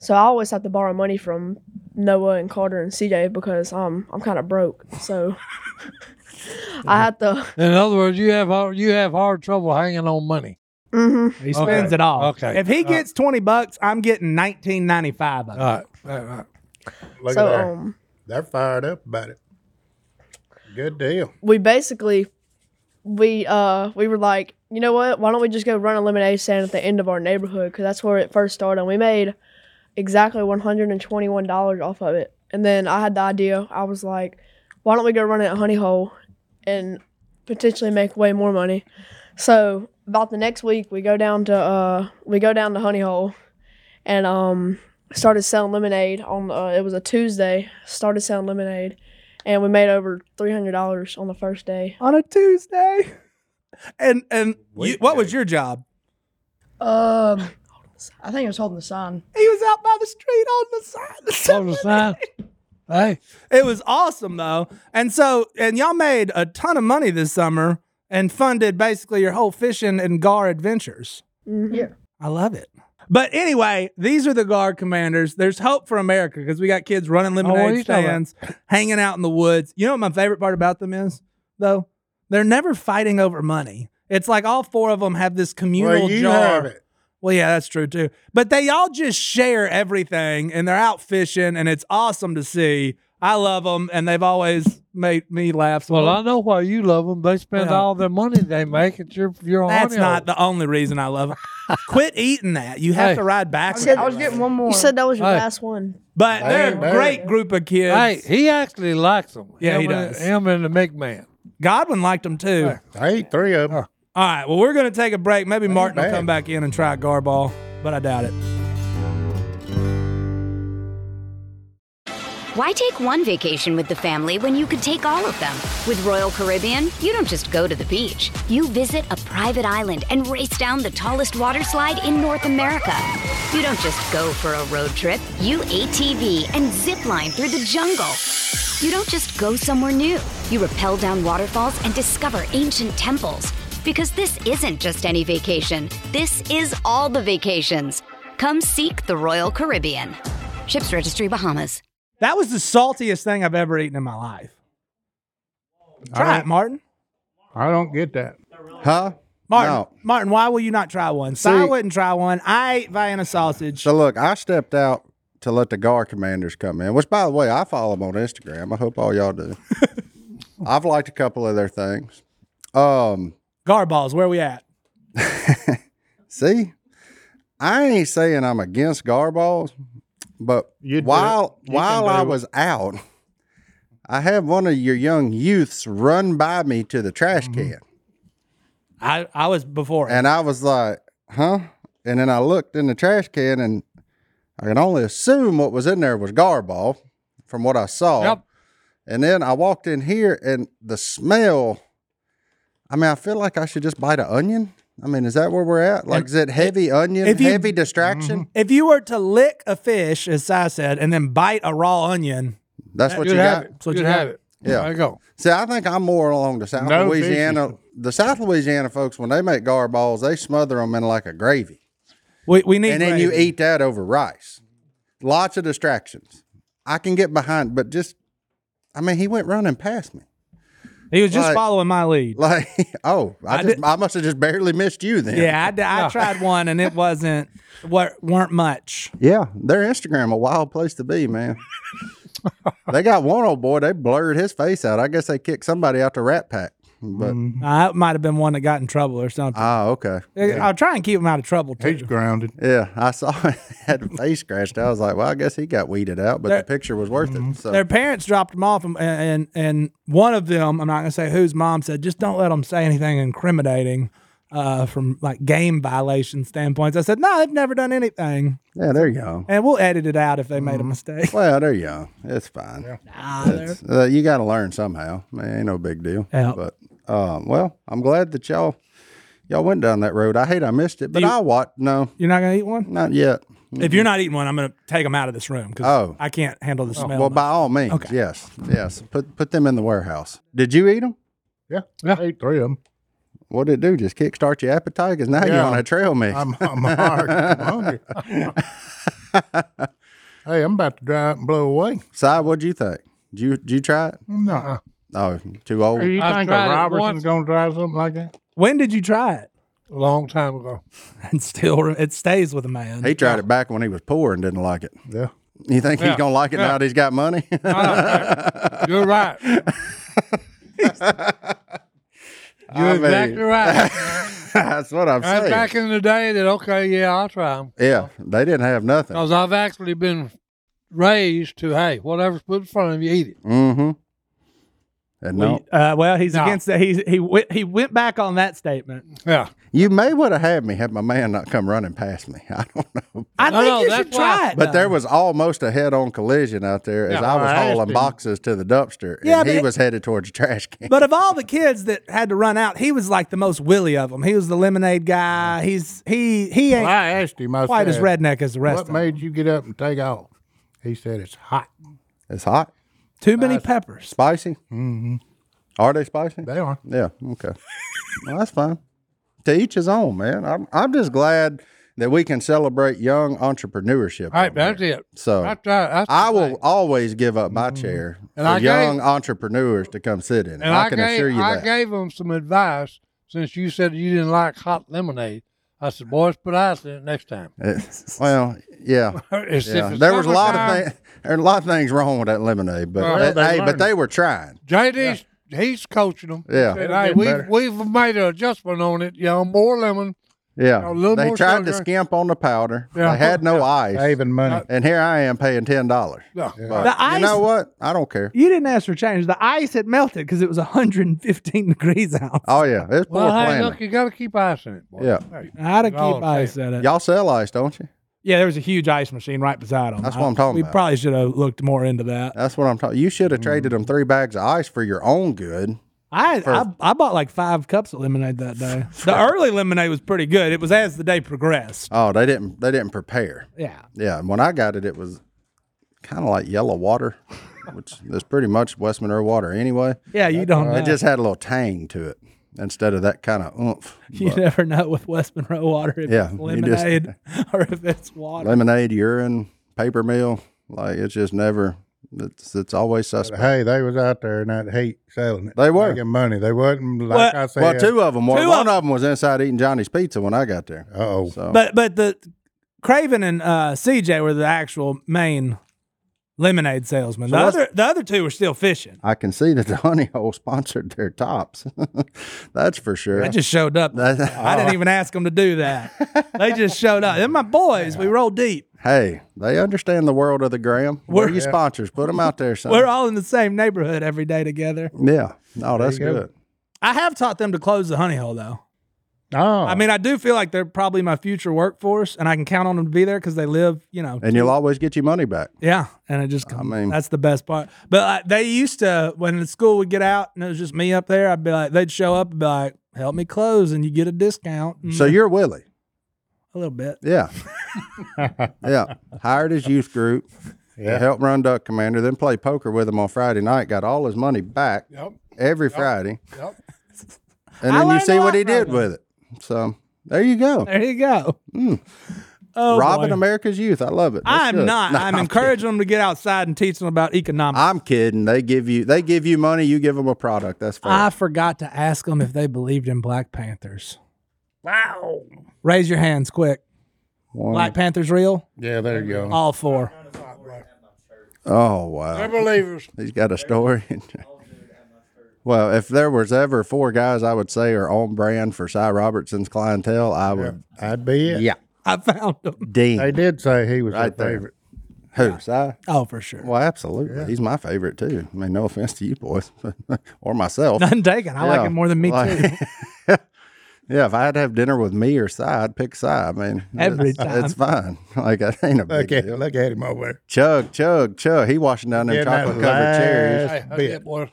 so I always have to borrow money from Noah and Carter and CJ because um I'm kind of broke. So I had to. In other words, you have hard- you have hard trouble hanging on money. hmm He spends Okay. it all. Okay. If he Uh, All right. gets 20 bucks, I'm getting 1995 of it. All right, all right, all right. Look so at there. um. they're fired up about it. Good deal. we basically we uh we were like you know what why don't we just go run a lemonade stand at the end of our neighborhood because that's where it first started and we made exactly $121 off of it and then i had the idea i was like why don't we go run it at honey hole and potentially make way more money so about the next week we go down to uh we go down to honey hole and um started selling lemonade on uh, it was a tuesday started selling lemonade and we made over three hundred dollars on the first day. On a Tuesday. And and you, what was Weekday. your job? Um, I think it was holding the sign. He was out by the street on the side. of the Hold the sign. Hey, It was awesome though. And so, and y'all made a ton of money this summer and funded basically your whole fishing and gar adventures. Mhm. Yeah. I love it. But anyway, these are the guard commanders. There's hope for America because we got kids running what are lemonade you talking about? stands, hanging out in the woods. You know what my favorite part about them is, though? They're never fighting over money. It's like all four of them have this communal well, you jar. have it. Well, yeah, that's true too. But they all just share everything and they're out fishing and it's awesome to see. I love them and they've always made me laugh. So well, I know why you love them. They spend Well. all their money they make at your your that's honey hole. not the only reason I love 'em. Quit eating that. You have Hey. to ride I was, backwards. getting, I was getting one more. You said that was your Hey. last one. But they're a Hey, great group of kids. Hey, he actually likes them. Yeah, he him and- does. him and the big man. Godwin liked them too. I ate three of them. All right. Well, we're going to take a break. Maybe Martin will bad. come back in and try Garball, but I doubt it. Why take one vacation with the family when you could take all of them? With Royal Caribbean, you don't just go to the beach. You visit a private island and race down the tallest water slide in North America. You don't just go for a road trip. You ATV and zip line through the jungle. You don't just go somewhere new. You rappel down waterfalls and discover ancient temples. Because this isn't just any vacation. This is all the vacations. Come seek the Royal Caribbean. Ships Registry Bahamas. That was the saltiest thing I've ever eaten in my life. Try it, Martin. I don't get that. Huh? Martin, No. Martin, why will you not try one? So See- I wouldn't try one. I ate Vienna sausage. So look, I stepped out to let the GAR commanders come in, which by the way, I follow them on Instagram. I hope all y'all do. I've liked a couple of their things. Um, Garballs, where we at? see, I ain't saying I'm against Garballs, but You do while it. You while can I do it. was out, I had one of your young youths run by me to the trash Mm-hmm. can. I, I was before. And I was like, huh? And then I looked in the trash can and I can only assume what was in there was garball from what I saw. Yep. And then I walked in here and the smell I mean, I feel like I should just bite an onion. I mean, is that where we're at? Like, is it heavy onion, if you- Mm-hmm. heavy distraction? if you were to lick a fish, as Si said, and then bite a raw onion, That's what You'd you have got. it. That's what You'd you got. have it. Yeah. There you go. See, I think I'm more along the South No Louisiana. The South Louisiana folks, when they make gar balls, they smother them in like a gravy. We, we need and then you gravy. eat that over rice. Lots of distractions. I can get behind, but just, I mean, he went running past me. He was just Like- following my lead. Like, oh, I, I just, did- I must have just barely missed you then. Yeah, I, d- I tried one and it wasn't what weren't much. Yeah, their Instagram a wild place to be, man. they got one old boy. They blurred his face out. I guess they kicked somebody out the Rat Pack. But Uh, it might have been one that got in trouble or something. oh, okay. I'll try and keep him out of trouble too. He's grounded. Yeah, I saw it had a face scratched. I was like, well, I guess he got weeded out, but There- the picture was worth Mm-hmm. it. So Their parents dropped them off, and, and and one of them, I'm not gonna say whose mom said, just don't let them say anything incriminating, uh, from like game violation standpoints. I said, no, they've never done anything, yeah, there you go. and we'll edit it out if they Mm-hmm. made a mistake. Well, there you go. It's fine. It's- uh, you got to learn somehow. Man, ain't no big deal. Yeah. But um, well, I'm glad that y'all y'all went down that road. I hate I missed it, but you- I watched. No, You're not gonna eat one. not yet. If you're not eating one, I'm gonna take them out of this room because Mm-hmm. Oh. I can't handle the smell. Well, by all means, Okay. yes, yes. Put put them in the warehouse. Did you eat them? Yeah, I ate three of them. What did it do? Just kickstart your appetite? Because now you Yeah. want a trail mix. I'm, I'm hard. I'm hungry. hey, I'm about to dry out and blow away. Si, what'd you think? Did you did you try it? No, Oh, too old. you I've think a tried it Robertson's once. gonna try something like that? when did you try it? A long time ago. And still, re- it stays with a man. He tried it back when he was poor and didn't like it. Yeah. You think he's Yeah, gonna like it yeah. now that he's got money? You're right. You're I mean, exactly right. That's what I'm Right saying. back in the day, that okay, yeah, I'll try them yeah, they didn't have nothing. because I've actually been raised to hey, whatever's put in front of you, eat it. Mm-hmm. And no, We- uh, well, he's No. against that. He he went, he went back on that statement. Mm-hmm. Yeah, you may would have had me had my man not come running past me. I don't know. I No, think no, you that's should try why- it. But there though. was almost a head-on collision out there as Yeah, I was I asked hauling him. boxes to the dumpster, Yeah, and he but- was headed towards a trash can. But of all the kids that had to run out, he was like the most willy of them. He was the lemonade guy. He's he he ain't Well, I asked him. I quite said, as redneck as the rest What of them. made you get up and take off? He said it's hot. It's hot, Too many peppers. spicy. Mm-hmm. Are they spicy? They are. Yeah. Okay. well, that's fine. To each his own, man. I'm I'm just glad that we can celebrate young entrepreneurship. all right, on here. that's it. So I tried. That's the I will thing. always give up my chair And for I gave- young entrepreneurs to come sit in. it. And I, I, can gave, assure you I that. gave them some advice since you said you didn't like hot lemonade. I said, boys, put ice in it next time. It- well, yeah. It's- if yeah. it's There was a lot summertime, of things. There are a lot of things wrong with that lemonade, but Well, they hey, but learned. they were trying. JD's he's coaching them. Yeah. And, It'll hey, get we've better. we've made an adjustment on it. You know, more lemon. Yeah, A little they more tried to sugar. skimp on the powder. Yeah. They had no ice, Saving money. and here I am paying ten dollars. No. But The ice- you know what? I don't care. You didn't ask for change. The ice had melted because it was 115 degrees out. Oh yeah, it's poor Well, hey, planning. look, you got to keep ice in it. Boy. Yeah. Hey, I'd have keep Oh, ice at it. Y'all sell ice, don't you? Yeah, there was a huge ice machine right beside him. That's what I'm talking we about. probably should have looked more into that. That's what I'm talking. You should have traded Mm-hmm. them three bags of ice for your own good. I, I I bought like five cups of lemonade that day. The early lemonade was pretty good. It was as the day progressed. Oh, they didn't. They didn't prepare. Yeah. Yeah, and when I got it, it was kind of like yellow water, which is pretty much West Monroe water anyway. Yeah, you don't know. It just had a little tang to it instead of that kind of oomph. You But never know with West Monroe water if Yeah, it's you just- lemonade or if it's water. lemonade, urine, paper mill, like it's just never. It's it's always But suspect. hey, they was out there in that heat selling it. They were. making money. They wasn't like Well- I said. Well, two of them. Were. Two One of- of them was inside eating Johnny's pizza when I got there. Uh oh. So But but the Craven and uh, CJ were the actual main lemonade salesmen. the what's- other the other two were still fishing. I can see that the Honey Hole sponsored their tops. That's for sure. They just showed up. That's- I didn't even ask them to do that. they just showed up. They're my boys. We roll deep. Hey, they understand the world of the gram. Where are you sponsors? Put them out there, son. We're all in the same neighborhood every day together. yeah. No, that's you go. good. I have taught them to close the honey hole though. Oh, I mean, I do feel like they're probably my future workforce, and I can count on them to be there because they live, you know, And you'll always get your money back. Yeah, and it just comes. mean- that's the best part. But uh, they used to when the school would get out and it was just me up there. I'd be like, they'd show up and be like, "Help me close," and you get a discount. And So you're Willie. a little bit. Yeah. yeah. Hired his youth group. to help run Duck Commander, then play poker with him on Friday night. Got all his money back Yep. every Yep. Friday. Yep. And I then you learned a see lot what he from did him. with it. So there you go. There you go. Mm. Oh, Robbing boy. America's youth. I love it. That's I'm good. not. No, I'm encouraging them to get outside and teach them about economics. I'm kidding. They give you they give you money, you give them a product. That's fair. I forgot to ask them if they believed in Black Panthers. Wow. Raise your hands quick. One. Black Panthers real? Yeah, there you go. All four. Oh wow. They're believers. He's got a story. well, if there was ever four guys I would say are on brand for Cy Robertson's clientele, I would I'd be it. Yeah. I found them. Dean. They did say he was Right their there. favorite. Who, Cy? Oh, for sure. Well, absolutely. He's my favorite too. I mean, no offense to you boys or myself. None taken. I like Yeah. it more than me Like- too. Yeah, if I had to have dinner with me or Cy, I'd pick Cy. I mean, Every it's, time. it's fine. Like that ain't a big Look at, deal. look at him over there. Chug, chug, chug. He washing down them Getting that chocolate covered cherries. last Hey, bit. boy.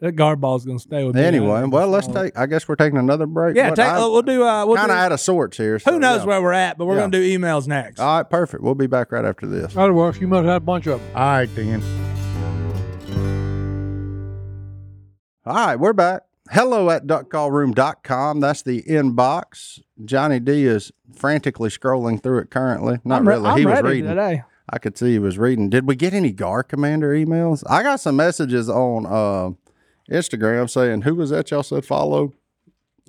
That guard ball's gonna stay with me. Anyway, well, let's take. I guess we're taking another break. Yeah, take, uh, we'll do. Uh, we'll kind of do- out of sorts here. so, who knows yeah. where we're at, but we're Yeah. Oh, gonna do emails next. All right, perfect. We'll be back right after this. That'll work. You must have had a bunch of them. All right, then. All right, we're back. Hello at duckcallroom.com. That's the inbox. Johnny D is frantically scrolling through it currently. Not I'm re- really. I'm he was ready reading. today. I could see he was reading. Did we get any GAR Commander emails? I got some messages on uh, Instagram saying, "Who was that y'all said follow?"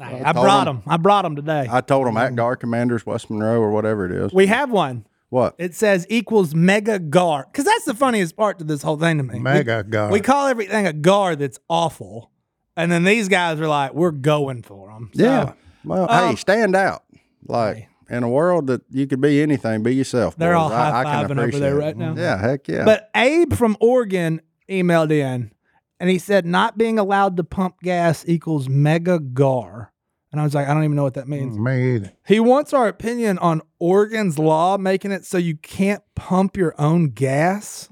I, told brought him. them. I brought them today. I told them at GAR Commanders West Monroe or whatever it is. Mm. we have one. what? It says equals mega gar because that's the funniest part to this whole thing to me. We- Mega guard. We call everything a gar that's awful, and then these guys are like, "We're going for them." yeah. Well, uh, hey, stand out. Like in a world that you could be anything, be yourself. They're boys. all I, I high-fiving can over appreciate there it. right now. Yeah, heck yeah. But Abe from Oregon emailed in and he said not being allowed to pump gas equals mega gar. And I was like, I don't even know what that Mm-hmm. means. Me either. He wants our opinion on Oregon's law making it so you can't pump your own gas.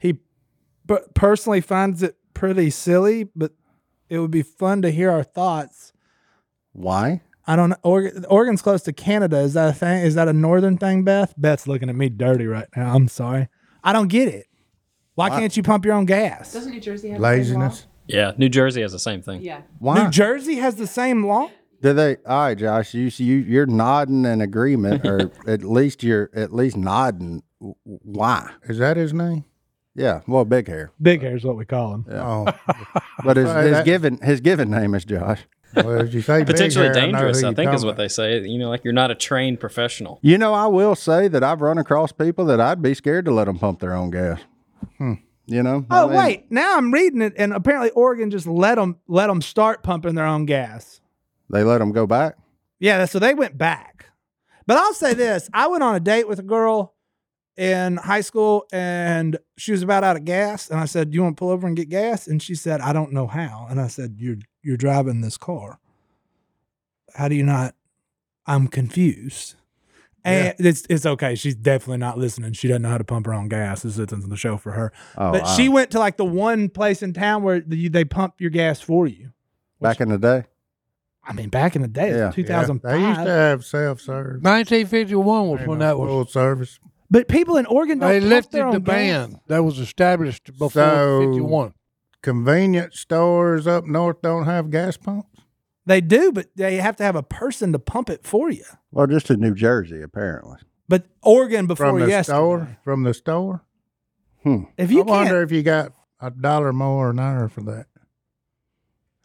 He p- personally finds it pretty silly, but it would be fun to hear our thoughts. why? I don't know. Oregon, Oregon's close to Canada. Is that a thing? Is that a northern thing, Beth? Beth's looking at me dirty right now. I'm sorry. I don't get it. Why Why- can't you pump your own gas? Doesn't New Jersey have Laziness. Yeah, New Jersey has the same thing. Yeah. Why? New Jersey has the same law. Do they? All right, Josh, you you you're nodding in agreement, or at least you're at least nodding. W- Why? Is that his name? Yeah. Well, big hair, Big hair is what we call him. Oh, but his, Sorry, his that- given his given name is Josh. well, as you say, big Potentially hair, know dangerous, who I you think, is talking what they say. You know, like you're not a trained professional. You know, I will say that I've run across people that I'd be scared to let them pump their own gas. Hmm. You know? I Oh mean, wait, now I'm reading it, and apparently Oregon just let them let them start pumping their own gas. they let them go back. Yeah, so they went back. But I'll say this: I went on a date with a girl in high school, and she was about out of gas, and I said, "Do you want to pull over and get gas?" And she said, "I don't know how." And I said, "You're you're driving this car. How do you not?" I'm confused. And it's it's okay. She's definitely not listening. She doesn't know how to pump her own gas. This isn't the show for her. Oh, but wow. she went to like the one place in town where the, you- they pump your gas for you. back in the day. I mean, back in the day, Yeah. yeah, Yeah. two about. thousand Yeah, They used to five. have self serve. 1951 was when that was. Full service. But people in Oregon don't They pump their lifted own the gas. ban that was established before So- 51. Convenience stores up north don't have gas pumps. They do, but they have to have a person to pump it for you. Well, just in New Jersey, apparently. But Oregon From before the yesterday, store. From the store. if you I wonder can't, if you got a dollar more an hour for that.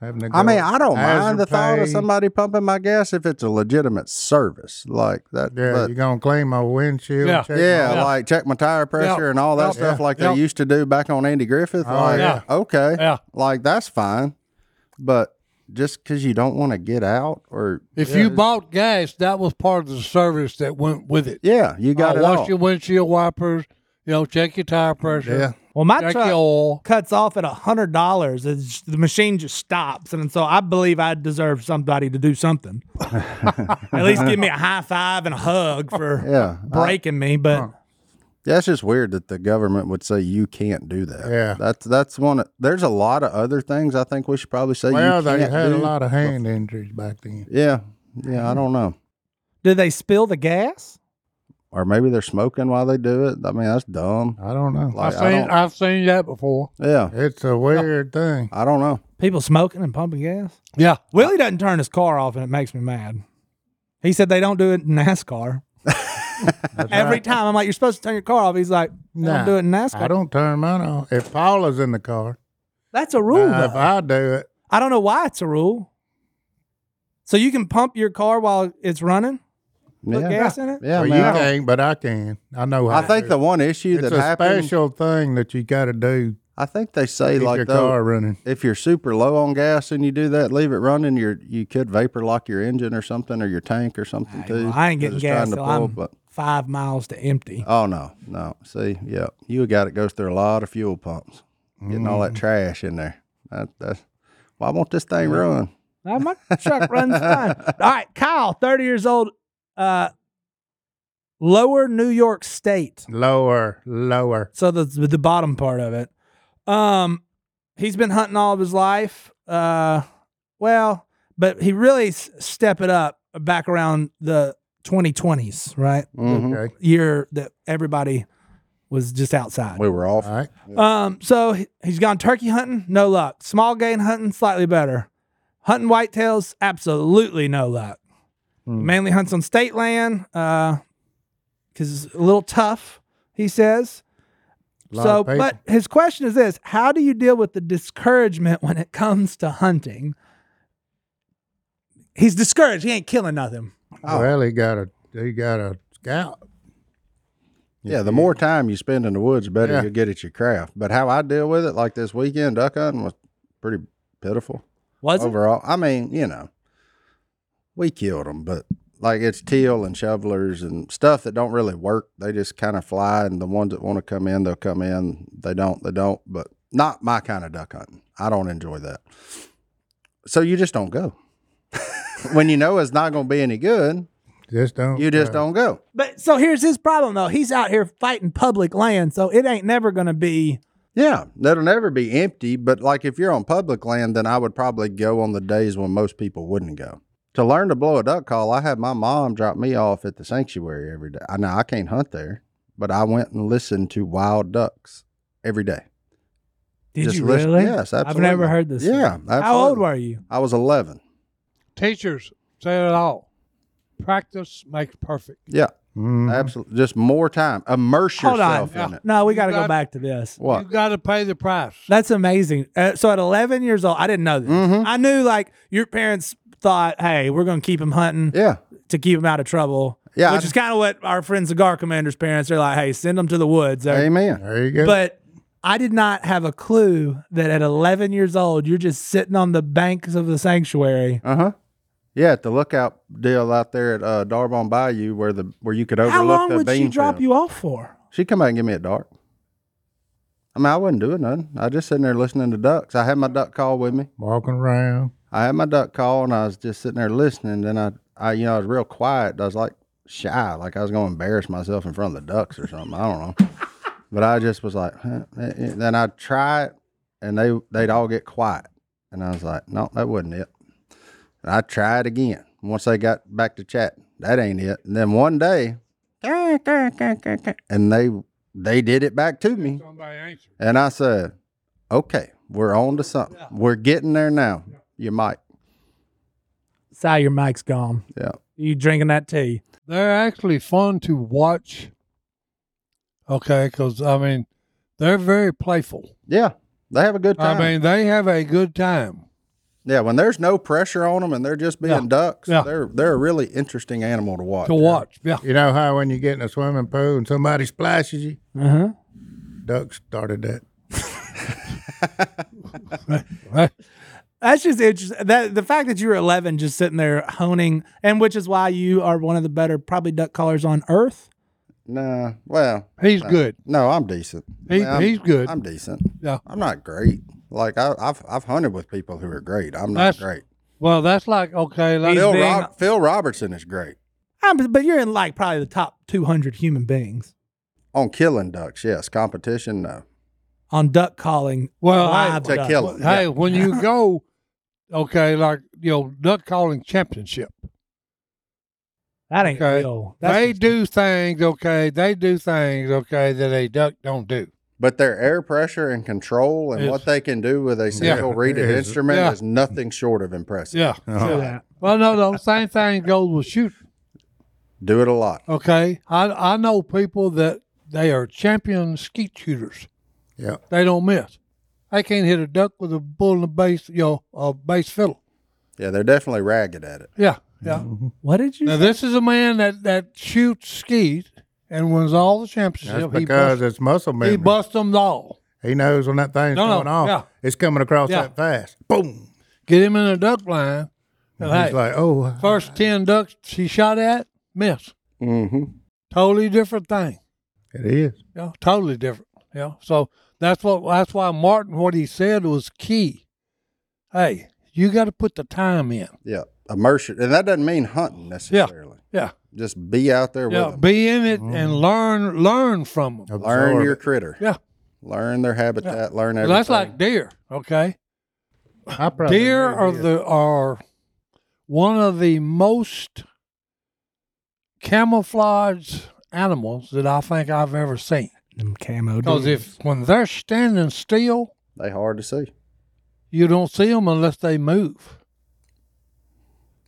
Having to I mean, go I don't hazard mind the thought of pay. somebody pumping my gas if it's a legitimate service like that. Yeah, but- you're gonna clean my windshield. Yeah. check yeah, my- like check my tire pressure and all that Yep. stuff, like Yep. they used to do back on Andy Griffith. Oh, like, yeah. okay, Yeah. like that's fine, but just because you don't want to get out or If you bought gas, that was part of the service that went with it. yeah, you got Uh, Oh, it wash all. your windshield wipers. You know, check your tire pressure. Yeah. well, my Check your truck oil. cuts off at hundred dollars. The machine just stops, and so I believe I deserve somebody to do something. At least give me a high five and a hug for Yeah, I- breaking me. But That's just weird that the government would say you can't do that. Yeah. that's that's one. Of, there's a lot of other things I think we should probably say. Well, you they can't had a do. lot of hand injuries back then. Yeah, yeah. I don't know. do they spill the gas? or maybe they're smoking while they do it. I mean, that's dumb. I don't know. Like, I've I seen don't, I've seen that before. yeah, it's a weird thing. I don't know. People smoking and pumping gas. Yeah. Willie doesn't turn his car off, and it makes me mad. He said they don't do it in NASCAR. Every right. time I'm like, you're supposed to turn your car off. He's like, no, Nah, don't do it in NASCAR. I don't turn mine on. If Paula's in the car, That's a rule. Now, if though. I do it, I don't know why it's a rule. So you can pump your car while it's running, put Yeah. gas in it. Yeah, well, man, I you don't- can't, but I can. I know. How I to think do the it. one issue it's that a happened. special thing that you got to do. I think they say Keep like your though, car running. if you're super low on gas and you do that, leave it running. You you could vapor lock your engine or something or your tank or something too. I 'cause ain't getting it's gas trying to till pull, I'm but five miles to empty. oh no, no. See, yeah, you got it. Goes through a lot of fuel pumps, getting all Mm. that trash in there. That, that's why I want this thing run. Now, my truck runs fine. All right, Kyle, 30 years old, uh, lower New York State. Lower, lower. So the the bottom part of it. Um, he's been hunting all of his life. Uh, well, but he really s- step it up back around the 2020s, right? Mm. Mhm. Okay. Year that everybody was just outside. We were off. All right. Um, so he- he's gone turkey hunting, no luck. Small game hunting, slightly better. Hunting whitetails, absolutely no luck. Hmm. Mainly hunts on state land, because it's a little tough, he says. Lot so, of people. but his question is this: How do you deal with the discouragement when it comes to hunting? He's discouraged. He ain't killing nothing. Oh. Well, he got a he got a scout. Yeah, the more time you spend in the woods, the better Yeah. you get at your craft. But how I deal with it, like this weekend duck hunting was pretty pitiful Was it? overall. I mean, you know, we killed them, but like it's teal and shovelers and stuff that don't really work. They just kind of fly, and the ones that want to come in, they'll come in. They don't, they don't. But not my kind of duck hunting. I don't enjoy that. So you just don't go when you know it's not going to be any good. Just don't. You just uh, don't go. But so here's his problem though. He's out here fighting public land, so it ain't never gonna be. Yeah, that'll never be empty. But like if you're on public land, then I would probably go on the days when most people wouldn't go. To learn to blow a duck call, I had my mom drop me off at the sanctuary every day. I know I can't hunt there, but I went and listened to wild ducks every day. Did Just you listen- really? Yes, absolutely. I've never heard this. Yeah, How old absolutely. were you? I was 11. Teachers say it all. Practice makes perfect. Yeah, mhm. absolutely. Just more time. Immerse Hold on. yourself in it. No, we got to You go got- back to this. What? You got to pay the price. That's amazing. Uh, so at 11 years old, I didn't know this. Mm-hmm. I knew like your parents thought, hey, we're going to keep him hunting Yeah. to keep him out of trouble. Yeah, Which I- is kind of what our friend Cigar Commander's parents are like, hey, send him to the woods. They're- Amen. There you go. But I did not have a clue that at 11 years old, you're just sitting on the banks of the sanctuary. Uh huh. Yeah, at the lookout deal out there at uh, Darbon Bayou, where the where you could overlook How long the would she bean drop field. you off for? She come out and give me a dart. I mean, I wasn't doing nothing. I just sitting there listening to ducks. I had my duck call with me. Walking around. I had my duck call, and I was just sitting there listening. Then I, I, you know, I was real quiet. I was like shy, like I was going to embarrass myself in front of the ducks or something. I don't know. But I just was like, huh, eh, eh. then I'd try it, and they they'd all get quiet, and I was like, no, that wasn't it. And I tried again. Once they got back to chat, that ain't it. And then one day, and they they did it back to me. Somebody answer. And I said, okay, we're on to something. We're getting there now. Your mic. Si, your mic's gone. Yeah. You drinking that tea? They're actually fun to watch. Okay, because I mean, they're very playful. Yeah. They have a good time. I mean, they have a good time. yeah. When there's no pressure on them and they're just being Yeah. ducks, Yeah. they're they're a really interesting animal to watch. To watch, yeah. You know how when you get in a swimming pool and somebody splashes you? Uh huh. Ducks started that. Right. That's just interesting. That the fact that you were 11, just sitting there honing, and which is why you are one of the better probably duck callers on earth. Nah. Well, He's good. no, I'm decent. He- I'm- he's good. I'm decent. Yeah. I'm not great. Like I, I've I've hunted with people who are great. I'm not That's- great. Well, that's like okay, like Phil, being- Rob, Phil Robertson is great Um, but you're in like probably the top 200 human beings on killing ducks. Yes, competition. No. on duck calling. Well, live To duck. kill 'em. hey, Yeah. when you go, okay, like you know, duck calling championship. That ain't Okay. real. That's They do things, okay. They do things, okay, that a duck don't do. But their air pressure and control and It's- what they can do with a single reeded It is. instrument Yeah. is nothing short of impressive. Yeah. Uh-huh. Yeah. Well, no, no. Same thing goes with shooting. Do it a lot. Okay, I I know people that they are champion skeet shooters. Yeah. They don't miss. They can't hit a duck with a bull in the base, you know, a bass fiddle. Yeah, they're definitely ragged at it. Yeah, yeah. What did you? Now this is a man that that shoots skeet and wins all the That's championships. He because busts- it's muscle he memory. busts them all. He knows when that thing's No, no, going off. yeah. It's coming across Yeah. that fast. Boom. Get him in a duck line. And And he's hey, like, oh, first ten ducks she shot at miss. Mm-hmm. Totally different thing. it is. Yeah, totally different. Yeah, so that's what that's why Martin what he said was key. Hey, you got to put the time in. Yeah, immersion, and that doesn't mean hunting necessarily. Yeah, Just be out there yeah, with them. be in it Mm-hmm. and learn learn from them. Learn Absorb your it. critter. Yeah, Learn their habitat. Learn Well, everything. that's like deer. Okay, I probably deer knew are this. the are one of the most camouflaged animals that I think I've ever seen. Them camo. Because dudes. if when they're standing still, they hard to see. you don't see them unless they move.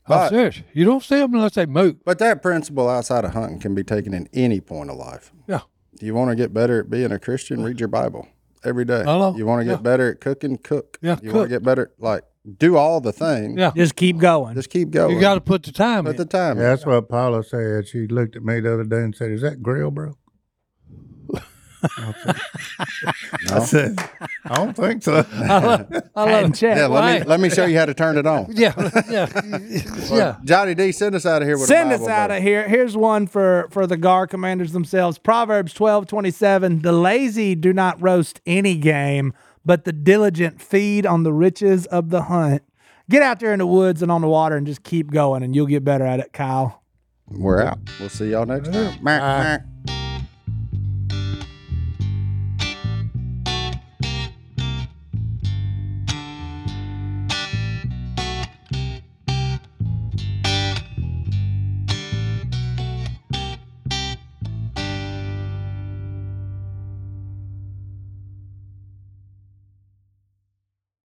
But- I'm serious. You don't see them unless they move. But that principle outside of hunting can be taken in any point of life. Yeah. If you want to get better at being a Christian, read your Bible every day. Hello. You want to get Yeah. better at cooking, cook. Yeah, You want cook. to get better, like do all the things. Yeah. just keep going. Just keep going. You got to put the time put in. the time. Yeah, in. that's what Paula said. She looked at me the other day and said, Is that grill broke? I said- I said, I don't think so. I love And check. Yeah. Let me Right. let me show you how to turn it on. Yeah, yeah, yeah. Johnny D, send us out of here with Send a us Bible out verse. of here. Here's one for for the GAR commanders themselves. Proverbs twelve twenty seven. The lazy do not roast any game, but the diligent feed on the riches of the hunt. Get out there in the woods and on the water and just keep going, and you'll get better at it, Kyle. We're out. We'll see y'all next time. Mark, mark.